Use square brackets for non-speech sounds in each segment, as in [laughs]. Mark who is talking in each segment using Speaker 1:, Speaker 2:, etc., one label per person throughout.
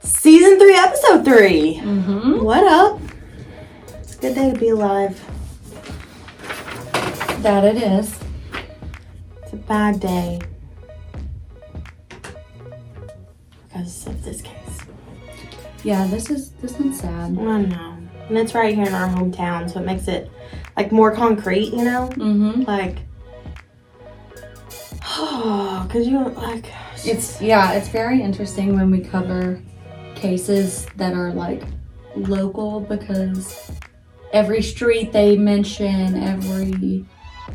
Speaker 1: Season three, episode 3
Speaker 2: Mm-hmm.
Speaker 1: What up? It's a good day to be alive.
Speaker 2: That it is.
Speaker 1: It's a bad day because of this case.
Speaker 2: Yeah, this is this one's sad.
Speaker 1: I know, and it's right here in our hometown, so it makes it like more concrete, you know,
Speaker 2: Mm-hmm.
Speaker 1: like. [sighs] Oh, cause you don't like.
Speaker 2: It's yeah, it's very interesting when we cover cases that are like local because every street they mention, every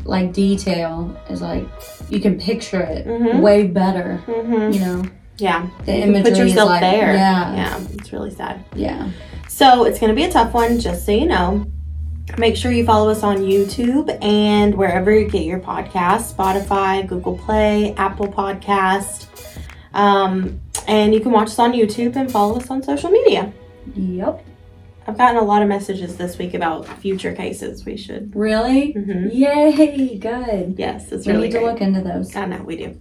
Speaker 2: like detail is like you can picture it
Speaker 1: Mhm.
Speaker 2: way better.
Speaker 1: hmm
Speaker 2: You know,
Speaker 1: Yeah,
Speaker 2: the
Speaker 1: you can
Speaker 2: imagery
Speaker 1: put yourself
Speaker 2: is like
Speaker 1: there.
Speaker 2: yeah,
Speaker 1: yeah, it's really sad.
Speaker 2: yeah.
Speaker 1: So it's gonna be a tough one, just so you know. Make sure you follow us on YouTube and wherever you get your podcast, Spotify, Google Play, Apple Podcast. Um, and you can watch us on YouTube and follow us on social media.
Speaker 2: Yep.
Speaker 1: I've gotten a lot of messages this week about future cases we should.
Speaker 2: Really?
Speaker 1: hmm
Speaker 2: Yay! Good.
Speaker 1: Yes, it's
Speaker 2: We
Speaker 1: really
Speaker 2: need to
Speaker 1: great.
Speaker 2: look into those.
Speaker 1: I know we do.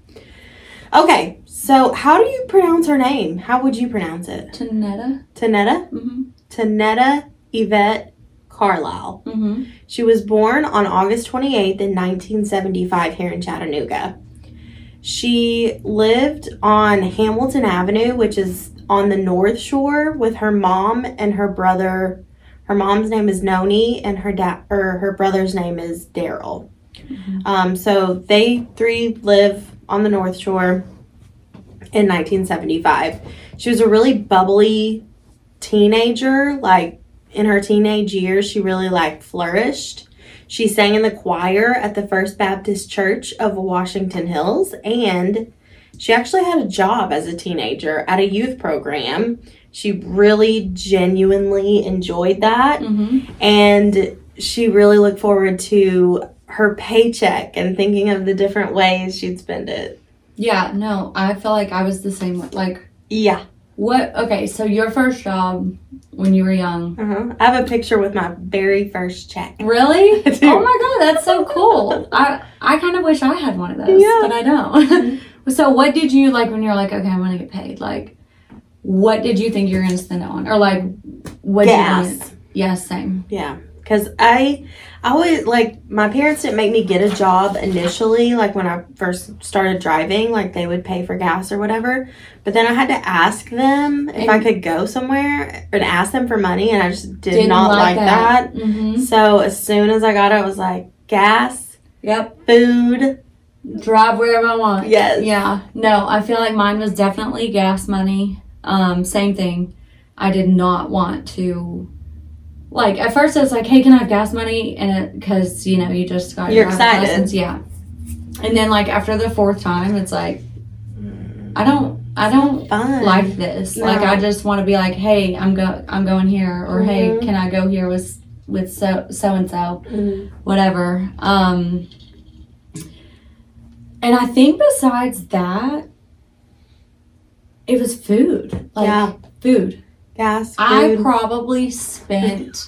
Speaker 1: Okay, so how do you pronounce her name? How would you pronounce it?
Speaker 2: Tanetta.
Speaker 1: Tanetta?
Speaker 2: Mm-hmm.
Speaker 1: Tanetta Yvette Carlisle.
Speaker 2: Mm-hmm.
Speaker 1: She was born on August 28th in 1975 here in Chattanooga. She lived on Hamilton Avenue, which is on the North Shore, with her mom and her brother. Her mom's name is Noni, and her dad or her brother's name is Daryl. Um, so they three live on the North Shore in 1975. She was a really bubbly teenager, like in her teenage years, she really like flourished. She sang in the choir at the First Baptist Church of Washington Hills, and she actually had a job as a teenager at a youth program. She really genuinely enjoyed that,
Speaker 2: Mm-hmm.
Speaker 1: and she really looked forward to her paycheck and thinking of the different ways she'd spend it.
Speaker 2: Yeah, no, I feel like I was the same. way. Like,
Speaker 1: Yeah.
Speaker 2: what? Okay, so your first job when you were young.
Speaker 1: Uh-huh. I have a picture with my very first check.
Speaker 2: Really?
Speaker 1: [laughs] I do.
Speaker 2: Oh my god, that's so cool. I I kind of wish I had one of those,
Speaker 1: Yeah.
Speaker 2: but I don't. [laughs] so, what did you like when you're like, okay, I want to get paid? Like, what did you think you were gonna spend it on, or like, what? Did you
Speaker 1: Gas.
Speaker 2: want- yeah, same.
Speaker 1: Yeah, because I, I always like my parents didn't make me get a job initially. Like when I first started driving, like they would pay for gas or whatever. But then I had to ask them if I
Speaker 2: And-
Speaker 1: could go somewhere and ask them for money, and I just did
Speaker 2: Didn't
Speaker 1: not like
Speaker 2: like
Speaker 1: that.
Speaker 2: that. Mm-hmm.
Speaker 1: So as soon as I got it, I was like gas,
Speaker 2: Yep.
Speaker 1: food.
Speaker 2: Drive wherever I want.
Speaker 1: Yes.
Speaker 2: Yeah. No, I feel like mine was definitely gas money. Um, same thing. I did not want to. Like at first, I was like, "Hey, can I have gas money?" And because you know, you just got
Speaker 1: You're
Speaker 2: driver's
Speaker 1: excited.
Speaker 2: license, yeah. And then like after the fourth time, it's like, I don't, I don't
Speaker 1: Fun.
Speaker 2: like this. Like
Speaker 1: Hmm. No.
Speaker 2: I just want to be like, "Hey, I'm go, I'm going here," or
Speaker 1: Mhm.
Speaker 2: "Hey, can I go here with with so so and so?"
Speaker 1: Mhm.
Speaker 2: whatever. Um, and I think besides that, it was food. Like
Speaker 1: Yeah.
Speaker 2: food.
Speaker 1: gas,
Speaker 2: I
Speaker 1: food.
Speaker 2: probably spent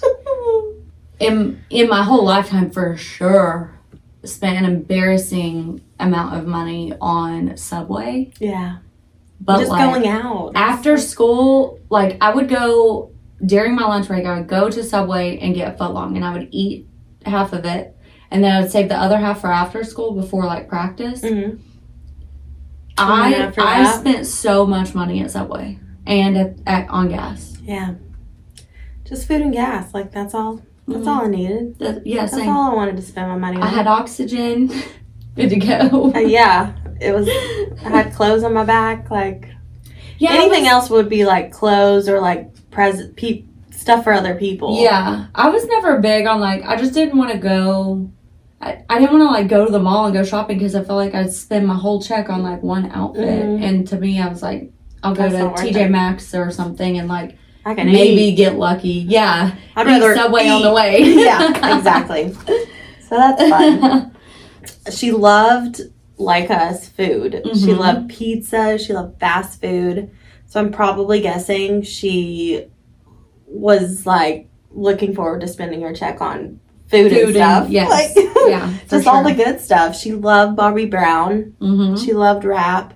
Speaker 2: in in my whole lifetime for sure spent an embarrassing amount of money on Subway.
Speaker 1: [laughs] yeah,
Speaker 2: But
Speaker 1: just
Speaker 2: like,
Speaker 1: going out
Speaker 2: after school, like I would go during my lunch break, I would go to Subway and get a footlong and I would eat half of it. And then I would save the other half for after school before like practice.
Speaker 1: Mhm. And then
Speaker 2: I
Speaker 1: after
Speaker 2: I
Speaker 1: that?
Speaker 2: spent so much money at Subway and at, at on gas.
Speaker 1: Yeah, just food and gas. Like that's all. That's
Speaker 2: Mm-hmm.
Speaker 1: all I needed.
Speaker 2: The- yeah,
Speaker 1: That's
Speaker 2: same.
Speaker 1: all I wanted to spend my money on.
Speaker 2: I had oxygen. [laughs] Good to go.
Speaker 1: Uh, yeah, it was. I had clothes on my back. Like
Speaker 2: yeah, it
Speaker 1: anything else would be like clothes or like pres pe- stuff for other people.
Speaker 2: Yeah, I was never big on like. I just didn't want to go. I, I didn't want to like go to the mall and go shopping because I felt like I'd spend my whole check on like one outfit.
Speaker 1: Mhm.
Speaker 2: And to me, I was like, I'll go
Speaker 1: That's not worth
Speaker 2: to TJ Maxx or something and like
Speaker 1: I can
Speaker 2: maybe
Speaker 1: eat.
Speaker 2: get lucky. Yeah,
Speaker 1: I'd
Speaker 2: eat
Speaker 1: rather
Speaker 2: Subway on
Speaker 1: eat.
Speaker 2: the
Speaker 1: [laughs]
Speaker 2: way. [laughs]
Speaker 1: yeah, exactly. So that's fun. She loved like us food. She
Speaker 2: Mhm.
Speaker 1: loved pizza. She loved fast food. So I'm probably guessing she was like looking forward to spending her check on food, and
Speaker 2: Food and-
Speaker 1: stuff.
Speaker 2: yes.
Speaker 1: Like,
Speaker 2: [laughs]
Speaker 1: [laughs]
Speaker 2: yeah, for
Speaker 1: just all
Speaker 2: sure.
Speaker 1: the good stuff. She loved Bobby Brown.
Speaker 2: Mhm.
Speaker 1: She loved rap.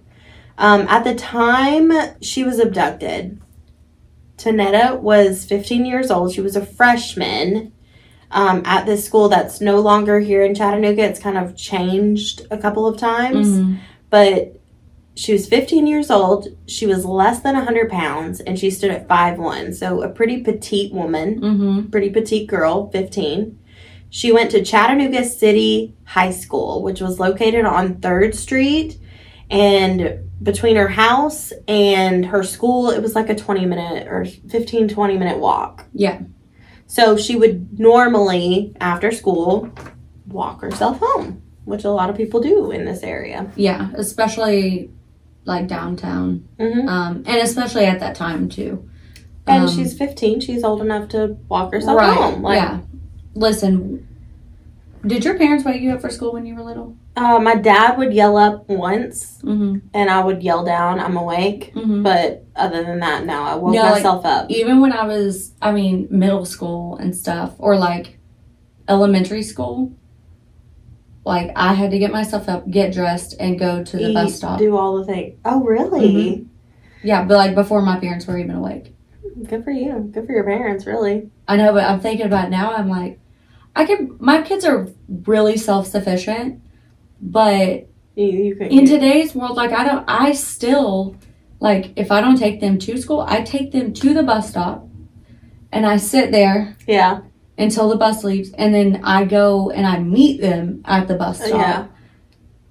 Speaker 1: Um, at the time, she was abducted Tanetta was 15 years old. She was a freshman um, at this school that's no longer here in Chattanooga. It's kind of changed a couple of times,
Speaker 2: Mhm.
Speaker 1: but she was 15 years old. She was less than 100 pounds, and she stood at 5'1, so a pretty petite woman
Speaker 2: Mhm.
Speaker 1: pretty petite girl, 15. She went to Chattanooga City High School, which was located on 3rd Street. And between her house and her school, it was like a 20 minute or 15, 20 minute walk.
Speaker 2: Yeah.
Speaker 1: So she would normally, after school, walk herself home, which a lot of people do in this area.
Speaker 2: Yeah. Especially like downtown.
Speaker 1: hmm
Speaker 2: Um, and especially at that time too.
Speaker 1: And
Speaker 2: Um,
Speaker 1: she's 15, she's old enough to walk herself
Speaker 2: right.
Speaker 1: home. Like,
Speaker 2: yeah. Listen, did your parents wake you up for school when you were little?
Speaker 1: uh, my dad would yell up once,
Speaker 2: Mm-hmm.
Speaker 1: and I would yell down, I'm awake.
Speaker 2: Mm-hmm.
Speaker 1: But other than that, no, I woke
Speaker 2: No, like-
Speaker 1: myself up.
Speaker 2: Even when I was, I mean, middle school and stuff, or like elementary school, like I had to get myself up, get dressed, and go to the bus
Speaker 1: Eat,
Speaker 2: stop. Mm-hmm.
Speaker 1: Do all the things. Oh, really?
Speaker 2: Yeah, but like before my parents were even awake.
Speaker 1: Good for you. Good for your parents, really.
Speaker 2: I know, but I'm thinking about it now. I'm like, I could. My kids are really self sufficient, but
Speaker 1: You, you could.
Speaker 2: in today's world, like I don't. I still like if I don't take them to school, I take them to the bus stop, and I sit there
Speaker 1: yeah.
Speaker 2: until the bus leaves, and then I go and I meet them at the bus stop.
Speaker 1: Uh, Yeah.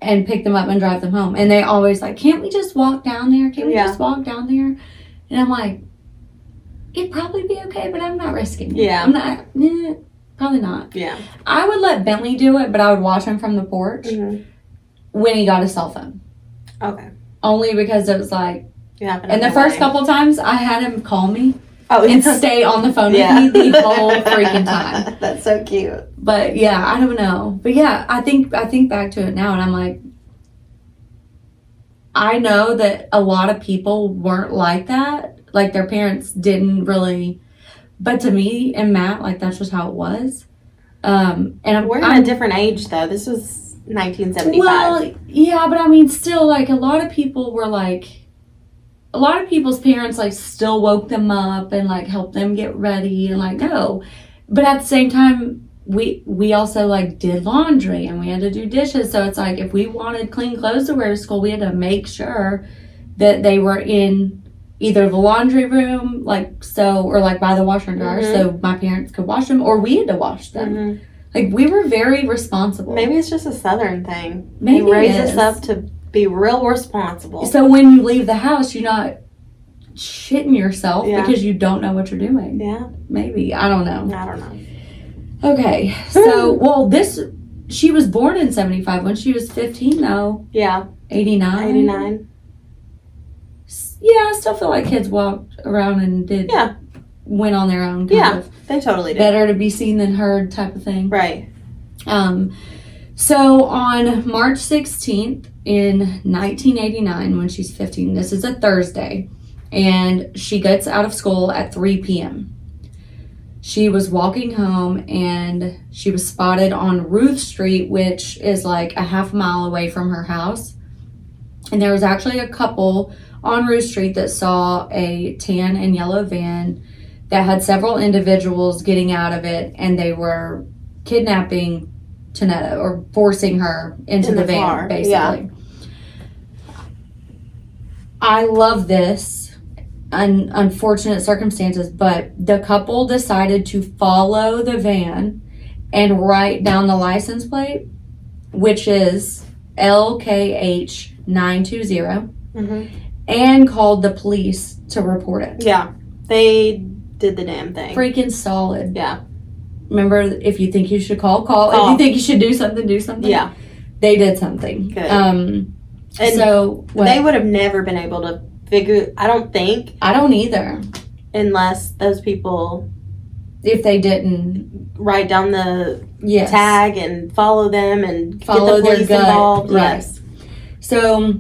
Speaker 2: and pick them up and drive them home. And they always like, can't we just walk down there? Can't we
Speaker 1: Yeah.
Speaker 2: just walk down there? And I'm like, it'd probably be okay, but I'm not risking it.
Speaker 1: Yeah.
Speaker 2: I'm not, eh, probably not.
Speaker 1: Yeah.
Speaker 2: I would let Bentley do it, but I would watch him from the porch
Speaker 1: Mhm.
Speaker 2: when he got a cell phone.
Speaker 1: Okay.
Speaker 2: Only because it was like,
Speaker 1: You have
Speaker 2: and the
Speaker 1: another
Speaker 2: first
Speaker 1: way.
Speaker 2: couple times I had him call me
Speaker 1: Oh, [laughs]
Speaker 2: and
Speaker 1: yeah.
Speaker 2: stay on the phone
Speaker 1: yeah.
Speaker 2: with me the
Speaker 1: [laughs]
Speaker 2: whole freaking time.
Speaker 1: That's so cute.
Speaker 2: But yeah, I don't know. But yeah, I think I think back to it now and I'm like I know that a lot of people weren't like that. Like their parents didn't really but to me and Matt, like that's just how it was. Um and I'm,
Speaker 1: We're in
Speaker 2: I'm-
Speaker 1: a different age, though. This was 1975.
Speaker 2: well, yeah, but I mean still like a lot of people were like a lot of people's parents like still woke them up and like helped them get ready and like no. But at the same time we we also like did laundry and we had to do dishes. So it's like if we wanted clean clothes to wear to school, we had to make sure that they were in either the laundry room, like so, or like by the washer and dryer,
Speaker 1: Mhm.
Speaker 2: so my parents could wash them, or we had to wash them.
Speaker 1: Mhm.
Speaker 2: Like we were very responsible.
Speaker 1: Maybe it's just a southern thing.
Speaker 2: Maybe
Speaker 1: they
Speaker 2: it
Speaker 1: raise us
Speaker 2: is.
Speaker 1: up to be real responsible.
Speaker 2: So when you leave the house, you're not shitting yourself
Speaker 1: Yeah.
Speaker 2: because you don't know what you're doing.
Speaker 1: yeah.
Speaker 2: Maybe. I don't know.
Speaker 1: I don't know.
Speaker 2: Okay.
Speaker 1: [laughs]
Speaker 2: So, well, this, she was born in 75. When she was 15, though,
Speaker 1: Yeah.
Speaker 2: 89.
Speaker 1: 89.
Speaker 2: S- Yeah, I still feel like kids walked around and did,
Speaker 1: Yeah.
Speaker 2: went on their own. Kind
Speaker 1: Yeah.
Speaker 2: Of
Speaker 1: They totally did.
Speaker 2: better to be seen than heard type of thing.
Speaker 1: Right.
Speaker 2: Um, so on March 16th in 1989, when she's 15, this is a Thursday, and she gets out of school at 3 p.m. She was walking home and she was spotted on Ruth Street, which is like a half mile away from her house. And there was actually a couple on Ruth Street that saw a tan and yellow van that had several individuals getting out of it, and they were kidnapping Tanetta or forcing her into
Speaker 1: In
Speaker 2: the,
Speaker 1: the
Speaker 2: van,
Speaker 1: car,
Speaker 2: basically.
Speaker 1: yeah.
Speaker 2: I love this un- unfortunate circumstances, but the couple decided to follow the van and write down the license plate, which is LKH 920,
Speaker 1: hmm
Speaker 2: and called the police to report it.
Speaker 1: Yeah, they did the damn thing.
Speaker 2: Freaking solid.
Speaker 1: Yeah,
Speaker 2: Remember, if you think you should call, call. If
Speaker 1: Call.
Speaker 2: you think you should do something, do something.
Speaker 1: yeah.
Speaker 2: they did something.
Speaker 1: Good.
Speaker 2: Um,
Speaker 1: And
Speaker 2: so what-
Speaker 1: they would have never been able to figure. I don't think
Speaker 2: I don't either.
Speaker 1: unless those people
Speaker 2: If they didn't,
Speaker 1: write down the
Speaker 2: yes.
Speaker 1: tag and follow them and get the
Speaker 2: Follow their
Speaker 1: police
Speaker 2: gut,
Speaker 1: involved.
Speaker 2: right.
Speaker 1: Yes.
Speaker 2: So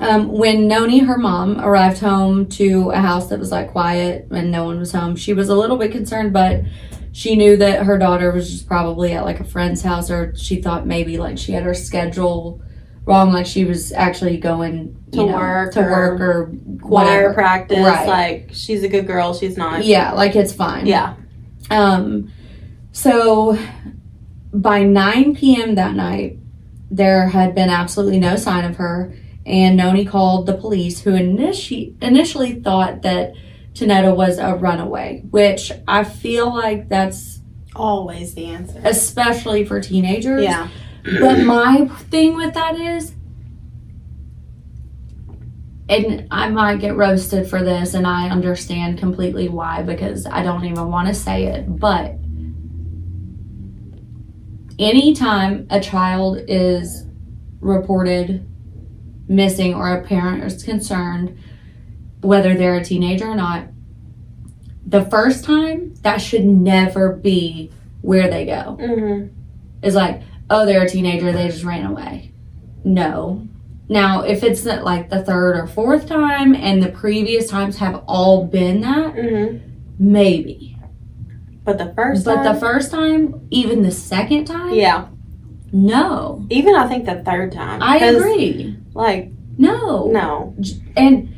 Speaker 2: um, when Noni, her mom, arrived home to a house that was like quiet and no one was home, she was a little bit concerned, but she knew that her daughter was just probably at like a friend's house or she thought maybe like she had her schedule wrong. Like she was actually going
Speaker 1: To
Speaker 2: you know,
Speaker 1: work
Speaker 2: to
Speaker 1: or
Speaker 2: work or
Speaker 1: Choir
Speaker 2: whatever.
Speaker 1: practice.
Speaker 2: Right.
Speaker 1: Like she's a good girl. She's not.
Speaker 2: Yeah, like it's fine.
Speaker 1: Yeah.
Speaker 2: Um, so by 9 p.m. that night, there had been absolutely no sign of her, and Noni called the police, who initi- initially thought that Tanetta was a runaway, which I feel like that's
Speaker 1: Always the answer.
Speaker 2: especially for teenagers.
Speaker 1: Yeah.
Speaker 2: But my thing with that is, and I might get roasted for this, and I understand completely why because I don't even want to say it. But anytime a child is reported missing or a parent is concerned, whether they're a teenager or not, the first time that should never be where they go
Speaker 1: Mm-hmm.
Speaker 2: is like, oh, they're a teenager, they just ran away. No. Now, if it's not like the third or fourth time and the previous times have all been that,
Speaker 1: Mm-hmm.
Speaker 2: maybe.
Speaker 1: But the first.
Speaker 2: but
Speaker 1: time-
Speaker 2: the first time, even the second time,
Speaker 1: Yeah.
Speaker 2: no.
Speaker 1: Even I think the third time.
Speaker 2: I
Speaker 1: 'Cause,
Speaker 2: agree.
Speaker 1: Like
Speaker 2: No.
Speaker 1: no.
Speaker 2: And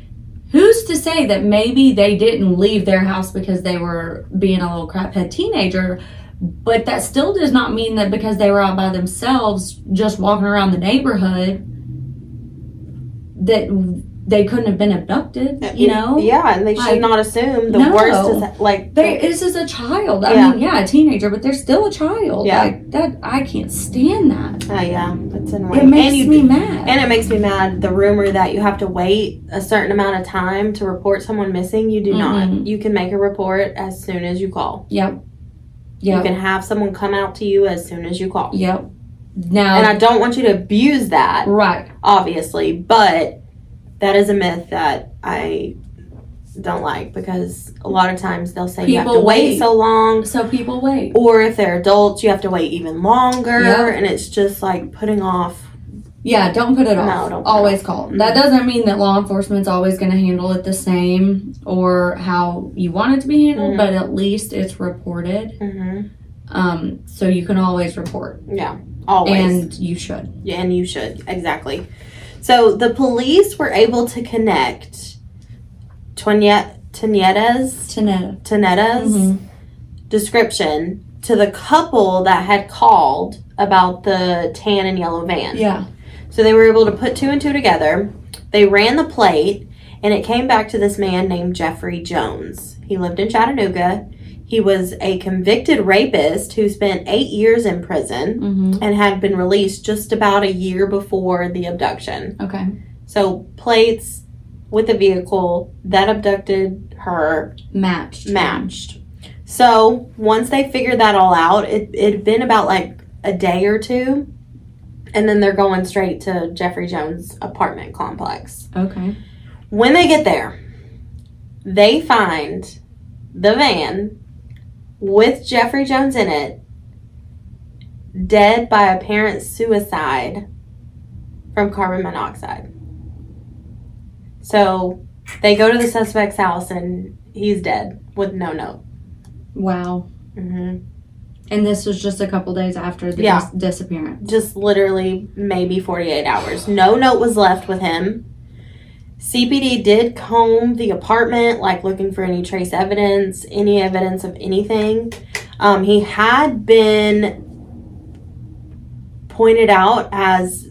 Speaker 2: who's to say that maybe they didn't leave their house because they were being a little craphead teenager? But that still does not mean that because they were out by themselves, just walking around the neighborhood, that they couldn't have been abducted. You know,
Speaker 1: Yeah, and they
Speaker 2: Like,
Speaker 1: should not assume the
Speaker 2: no.
Speaker 1: worst is that- like.
Speaker 2: they, this is a child. I
Speaker 1: Yeah.
Speaker 2: mean, yeah, a teenager, but they're still a child.
Speaker 1: Yeah.
Speaker 2: like, that I can't stand that.
Speaker 1: oh yeah, that's annoying.
Speaker 2: It makes
Speaker 1: and you,
Speaker 2: me mad.
Speaker 1: And it makes me mad the rumor that you have to wait a certain amount of time to report someone missing. You do
Speaker 2: Mhm.
Speaker 1: not. You can make a report as soon as you call.
Speaker 2: yep,
Speaker 1: You
Speaker 2: yep,
Speaker 1: can have someone come out to you as soon as you call.
Speaker 2: yep. Now,
Speaker 1: And I don't want you to abuse that,
Speaker 2: right.
Speaker 1: obviously, but that is a myth that I don't like because a lot of times they'll say you have to
Speaker 2: People
Speaker 1: wait,
Speaker 2: wait.
Speaker 1: so long.
Speaker 2: So people wait.
Speaker 1: Or if they're adults, you have to wait even longer.
Speaker 2: Yeah.
Speaker 1: And it's just like putting off.
Speaker 2: Yeah, don't put it
Speaker 1: No,
Speaker 2: off.
Speaker 1: don't put it Mm-hmm.
Speaker 2: always call. That doesn't mean that law enforcement's always going to handle it the same or how you want it to be handled,
Speaker 1: Mhm.
Speaker 2: but at least it's reported.
Speaker 1: hmm
Speaker 2: Um, so you can always report,
Speaker 1: Yeah, always.
Speaker 2: and you should.
Speaker 1: Yeah, and you should exactly. So the police were able to connect Tonya- Tonetta's
Speaker 2: Tanetta.
Speaker 1: Tonetta's
Speaker 2: Mhm.
Speaker 1: description to the couple that had called about the tan and yellow van.
Speaker 2: Yeah.
Speaker 1: So they were able to put two and two together. They ran the plate, and it came back to this man named Jeffrey Jones. He lived in Chattanooga. He was a convicted rapist who spent eight years in prison
Speaker 2: Mm-hmm.
Speaker 1: and had been released just about a year before the abduction.
Speaker 2: Okay.
Speaker 1: So plates with a vehicle that abducted her
Speaker 2: Matched.
Speaker 1: matched. So once they figured that all out, it it had been about like a day or two, and then they're going straight to Jeffrey Jones' apartment complex.
Speaker 2: Okay.
Speaker 1: When they get there, they find the van with Jeffrey Jones in it dead by apparent suicide from carbon monoxide. So they go to the suspect's house and he's dead with no note.
Speaker 2: Wow.
Speaker 1: hmm
Speaker 2: And this was just a couple days after the
Speaker 1: Yeah.
Speaker 2: dis- disappearance.
Speaker 1: Just literally maybe 48 hours. No note was left with him. CPD did comb the apartment, like looking for any trace evidence, any evidence of anything. Um, he had been pointed out as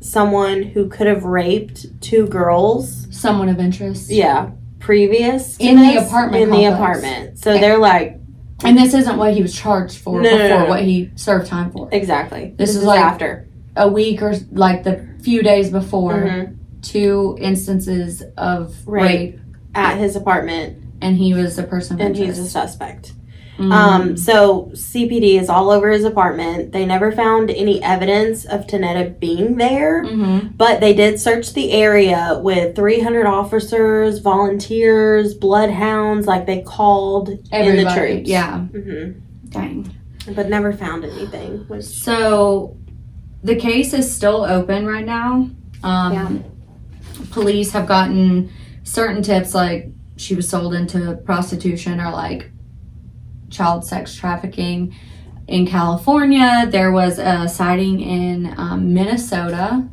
Speaker 1: someone who could have raped two girls.
Speaker 2: Someone of interest.
Speaker 1: Yeah, previous to
Speaker 2: In the
Speaker 1: this,
Speaker 2: apartment
Speaker 1: In the
Speaker 2: complex.
Speaker 1: apartment, so they're like
Speaker 2: And this isn't what he was charged for
Speaker 1: No, no,
Speaker 2: before
Speaker 1: no, no.
Speaker 2: what he served time for.
Speaker 1: exactly.
Speaker 2: This is like-
Speaker 1: after.
Speaker 2: A week or s- like the few days before.
Speaker 1: Mhm.
Speaker 2: two instances of
Speaker 1: Rape.
Speaker 2: rape,
Speaker 1: at his apartment
Speaker 2: and he was the person. of
Speaker 1: and he's a
Speaker 2: interest.
Speaker 1: suspect.
Speaker 2: Mhm.
Speaker 1: Um, so CPD is all over his apartment. They never found any evidence of Tanetta being there,
Speaker 2: Mhm.
Speaker 1: but they did search the area with 300 officers, volunteers, bloodhounds, like they called in the
Speaker 2: everybody,
Speaker 1: troops.
Speaker 2: yeah,
Speaker 1: hmm
Speaker 2: dang.
Speaker 1: But never found anything. Which,
Speaker 2: So the case is still open right now. Um,
Speaker 1: Yeah.
Speaker 2: Police have gotten certain tips, like she was sold into prostitution or like child sex trafficking. In California, there was a sighting in um, Minnesota.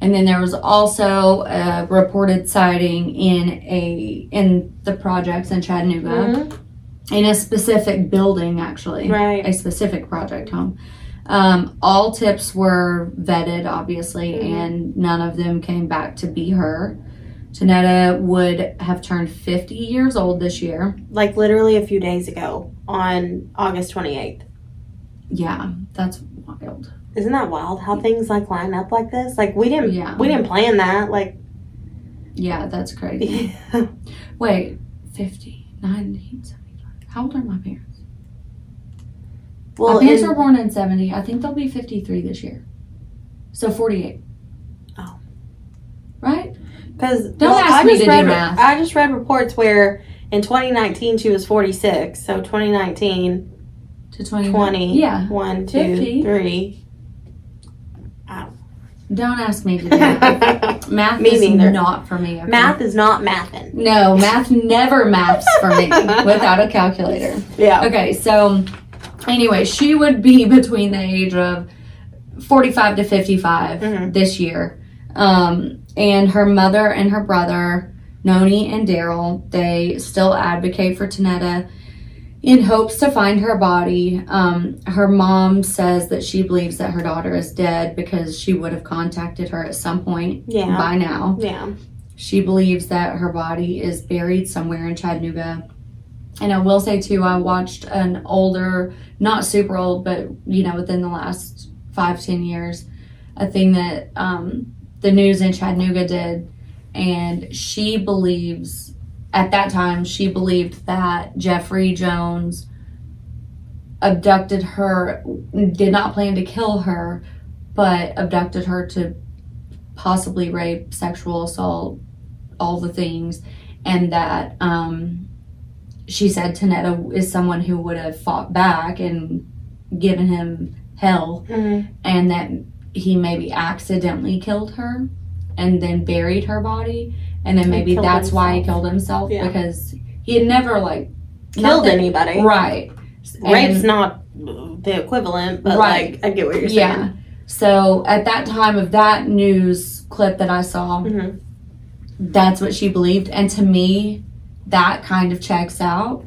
Speaker 2: And then there was also a reported sighting in a in the projects in Chattanooga
Speaker 1: Mm-hmm.
Speaker 2: in a specific building actually
Speaker 1: Right.
Speaker 2: a specific project home. Um, all tips were vetted, obviously,
Speaker 1: Mhm.
Speaker 2: and none of them came back to be her. Janetta would have turned 50 years old this year.
Speaker 1: Like literally a few days ago on August 28th.
Speaker 2: Yeah, that's wild.
Speaker 1: Isn't that wild how things like line up like this? Like we didn't
Speaker 2: Yeah.
Speaker 1: we didn't plan that. Like [laughs]
Speaker 2: Yeah, that's crazy.
Speaker 1: I
Speaker 2: Wait, 50, 1975. How old are my parents?
Speaker 1: Well,
Speaker 2: my parents
Speaker 1: in-
Speaker 2: were born in 70. I think they'll be 53 this year. So 48.
Speaker 1: Oh.
Speaker 2: Right?
Speaker 1: Because
Speaker 2: Don't ask
Speaker 1: I
Speaker 2: me
Speaker 1: just
Speaker 2: to do
Speaker 1: read,
Speaker 2: math.
Speaker 1: I just read reports where in 2019 she was 46. So 2019,
Speaker 2: To 20.
Speaker 1: 20.
Speaker 2: Mm-hmm. Yeah.
Speaker 1: one, two,
Speaker 2: 50. [laughs]
Speaker 1: three.
Speaker 2: Don't
Speaker 1: [laughs]
Speaker 2: ask me to do that. Math
Speaker 1: Me
Speaker 2: is
Speaker 1: neither.
Speaker 2: not for me. okay?
Speaker 1: math is not mathin'.
Speaker 2: No, math never maths for me without a calculator.
Speaker 1: Yeah.
Speaker 2: Okay, so anyway, she would be between the age of 45 to 55
Speaker 1: Mhm.
Speaker 2: this year. Um, and her mother and her brother, Noni and Daryl, they still advocate for Tanetta in hopes to find her body. Um, her mom says that she believes that her daughter is dead because she would have contacted her at some point
Speaker 1: Yeah.
Speaker 2: by now.
Speaker 1: Yeah.
Speaker 2: She believes that her body is buried somewhere in Chattanooga. And I will say too, I watched an older, not super old, but you know, within the last five, ten years, a thing that um, the news in Chattanooga did. And she believes, at that time, she believed that Jeffrey Jones abducted her, did not plan to kill her, but abducted her to possibly rape, sexual assault, all the things, and that um, she said Tanetta is someone who would have fought back and given him hell,
Speaker 1: Mhm.
Speaker 2: and that he maybe accidentally killed her and then buried her body, and then
Speaker 1: And
Speaker 2: maybe
Speaker 1: killed
Speaker 2: that's why he
Speaker 1: himself.
Speaker 2: killed himself
Speaker 1: Yeah.
Speaker 2: because he had never like
Speaker 1: Killed
Speaker 2: nothing-
Speaker 1: anybody.
Speaker 2: right. And-
Speaker 1: Rape's not the equivalent, but
Speaker 2: Right.
Speaker 1: like I get what you're
Speaker 2: yeah.
Speaker 1: saying.
Speaker 2: So at that time of that news clip that I saw,
Speaker 1: Mhm.
Speaker 2: that's what she believed and to me that kind of checks out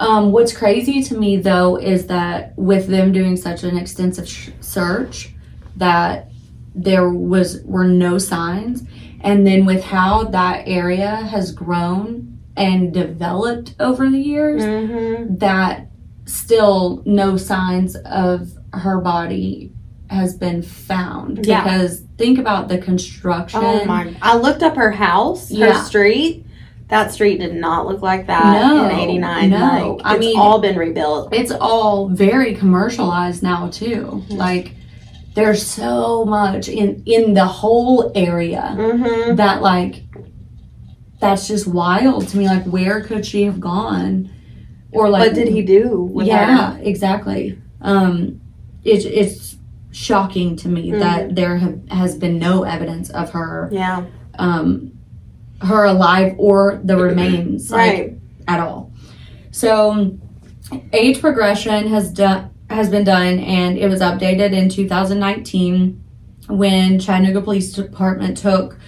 Speaker 2: um, what's crazy to me though is that with them doing such an extensive sh- search that there was were no signs and then with how that area has grown and developed over the years
Speaker 1: Mhm.
Speaker 2: that still no signs of her body has been found
Speaker 1: Yeah.
Speaker 2: because think about the construction
Speaker 1: Oh my! I looked up her house, her
Speaker 2: Yeah.
Speaker 1: street. That street did not look like that
Speaker 2: No,
Speaker 1: in '89.
Speaker 2: no.
Speaker 1: Like,
Speaker 2: I
Speaker 1: it's
Speaker 2: mean-
Speaker 1: all been rebuilt.
Speaker 2: it's all very commercialized now too.
Speaker 1: Mm-hmm.
Speaker 2: Like there's so much in in the whole area
Speaker 1: Mm-hmm.
Speaker 2: that like that's just wild to me. Like where could she have gone? Or like
Speaker 1: what did he do? With her?
Speaker 2: Yeah, exactly. Um, it's it's shocking to
Speaker 1: Mm-hmm.
Speaker 2: me that there have, has been no evidence of her
Speaker 1: Yeah.
Speaker 2: um her alive or the remains like,
Speaker 1: Mm-hmm. Right.
Speaker 2: at all. So, age progression has done has been done, and it was updated in 2019 when Chattanooga Police Department took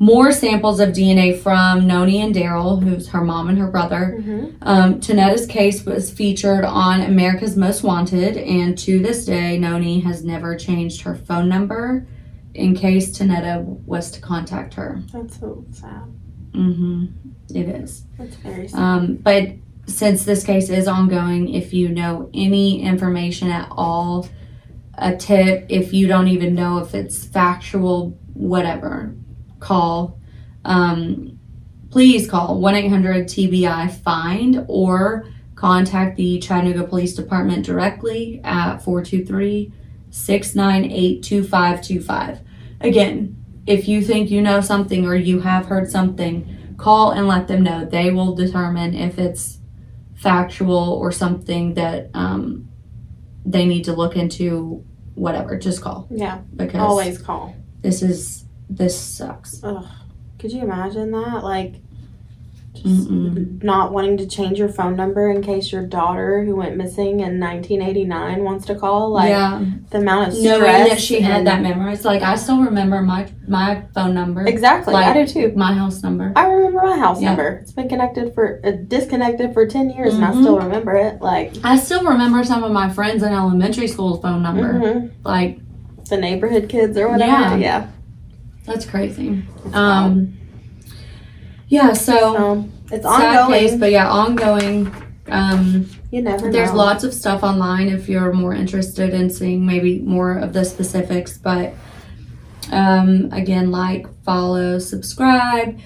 Speaker 2: more samples of DNA from Noni and Daryl, who's her mom and her brother.
Speaker 1: Mhm.
Speaker 2: Um, Tanetta's case was featured on America's Most Wanted, and to this day, Noni has never changed her phone number in case Tanetta was to contact her.
Speaker 1: That's so sad.
Speaker 2: Mm-hmm. It is.
Speaker 1: That's very sad.
Speaker 2: Um, but since this case is ongoing, if you know any information at all, a tip, if you don't even know if it's factual, whatever, call. Um, please call 1 800 TBI FIND or contact the Chattanooga Police Department directly at 423 698 2525. Again, if you think you know something or you have heard something, call and let them know. They will determine if it's factual or something that um, they need to look into. Whatever, just call
Speaker 1: yeah.
Speaker 2: because
Speaker 1: Always call.
Speaker 2: this is this sucks.
Speaker 1: Could you imagine that? Like, Just
Speaker 2: Mm-mm.
Speaker 1: not wanting to change your phone number in case your daughter who went missing in 1989 wants to call. Like
Speaker 2: yeah,
Speaker 1: the amount of
Speaker 2: knowing
Speaker 1: stress
Speaker 2: that she had
Speaker 1: and-
Speaker 2: that memorized. Like I still remember my my phone number,
Speaker 1: Exactly,
Speaker 2: Like-
Speaker 1: I do too.
Speaker 2: my house number.
Speaker 1: I remember my house
Speaker 2: Yeah.
Speaker 1: number. It's been connected for uh, disconnected for ten years, and
Speaker 2: Mm-hmm.
Speaker 1: I still remember it. Like
Speaker 2: I still remember some of my friends in elementary school's phone number.
Speaker 1: mhm.
Speaker 2: Like
Speaker 1: the neighborhood kids or whatever.
Speaker 2: Yeah.
Speaker 1: Yeah.
Speaker 2: That's crazy.
Speaker 1: wild.
Speaker 2: Um, yeah, so,
Speaker 1: So it's
Speaker 2: sad
Speaker 1: ongoing.
Speaker 2: case, but yeah, ongoing. Um,
Speaker 1: you never
Speaker 2: there's
Speaker 1: know.
Speaker 2: lots of stuff online if you're more interested in seeing maybe more of the specifics. But um, again, like, follow, subscribe,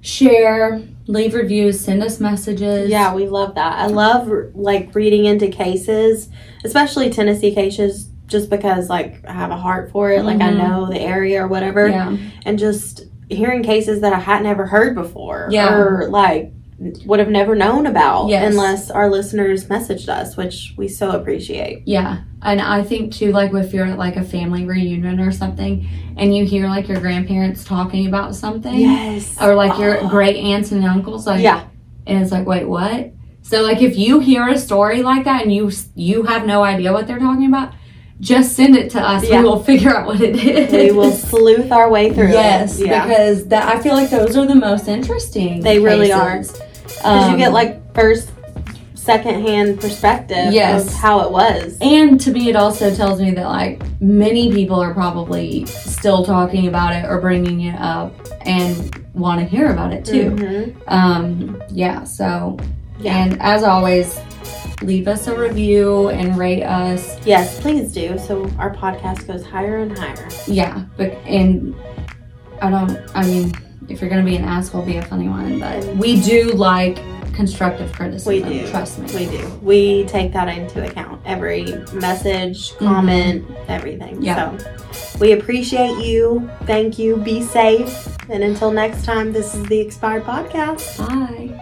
Speaker 2: share, leave reviews, send us messages.
Speaker 1: Yeah, we love that. I love like reading into cases, especially Tennessee cases, just because like I have a heart for it. Like I
Speaker 2: Mhm.
Speaker 1: know the area or whatever,
Speaker 2: Yeah.
Speaker 1: and just hearing cases that I hadn't ever heard before,
Speaker 2: Yeah.
Speaker 1: or like would have never known about
Speaker 2: Yes.
Speaker 1: unless our listeners messaged us, which we so appreciate.
Speaker 2: Yeah. And I think too, like if you're at like a family reunion or something and you hear like your grandparents talking about something.
Speaker 1: Yes,
Speaker 2: or like your
Speaker 1: Oh.
Speaker 2: great aunts and uncles like
Speaker 1: yeah,
Speaker 2: and it's like wait what so like if you hear a story like that and you s- you have no idea what they're talking about just send it to us
Speaker 1: Yeah.
Speaker 2: we will figure out what it is
Speaker 1: we
Speaker 2: [laughs]
Speaker 1: will sleuth our way through. it.
Speaker 2: yes
Speaker 1: yeah.
Speaker 2: because that i feel like those are the most interesting
Speaker 1: They really are.
Speaker 2: cases.
Speaker 1: Because
Speaker 2: Um,
Speaker 1: you get like first, second hand perspective
Speaker 2: Yes.
Speaker 1: of how it was.
Speaker 2: and to me it also tells me that like many people are probably still talking about it or bringing it up and want to hear about it too
Speaker 1: Mhm.
Speaker 2: um yeah so
Speaker 1: Yeah.
Speaker 2: And as always, leave us a review and rate us.
Speaker 1: Yes, please do. So our podcast goes higher and higher.
Speaker 2: Yeah, but and I don't. I mean, if you're gonna be an asshole, be a funny one. But we do like constructive criticism.
Speaker 1: Mm. We do.
Speaker 2: Trust me.
Speaker 1: We do. We take that into account. Every message, comment, everything.
Speaker 2: Yeah.
Speaker 1: So we appreciate you. Thank you. Be safe. And until next time, this is the Expired Podcast.
Speaker 2: Bye.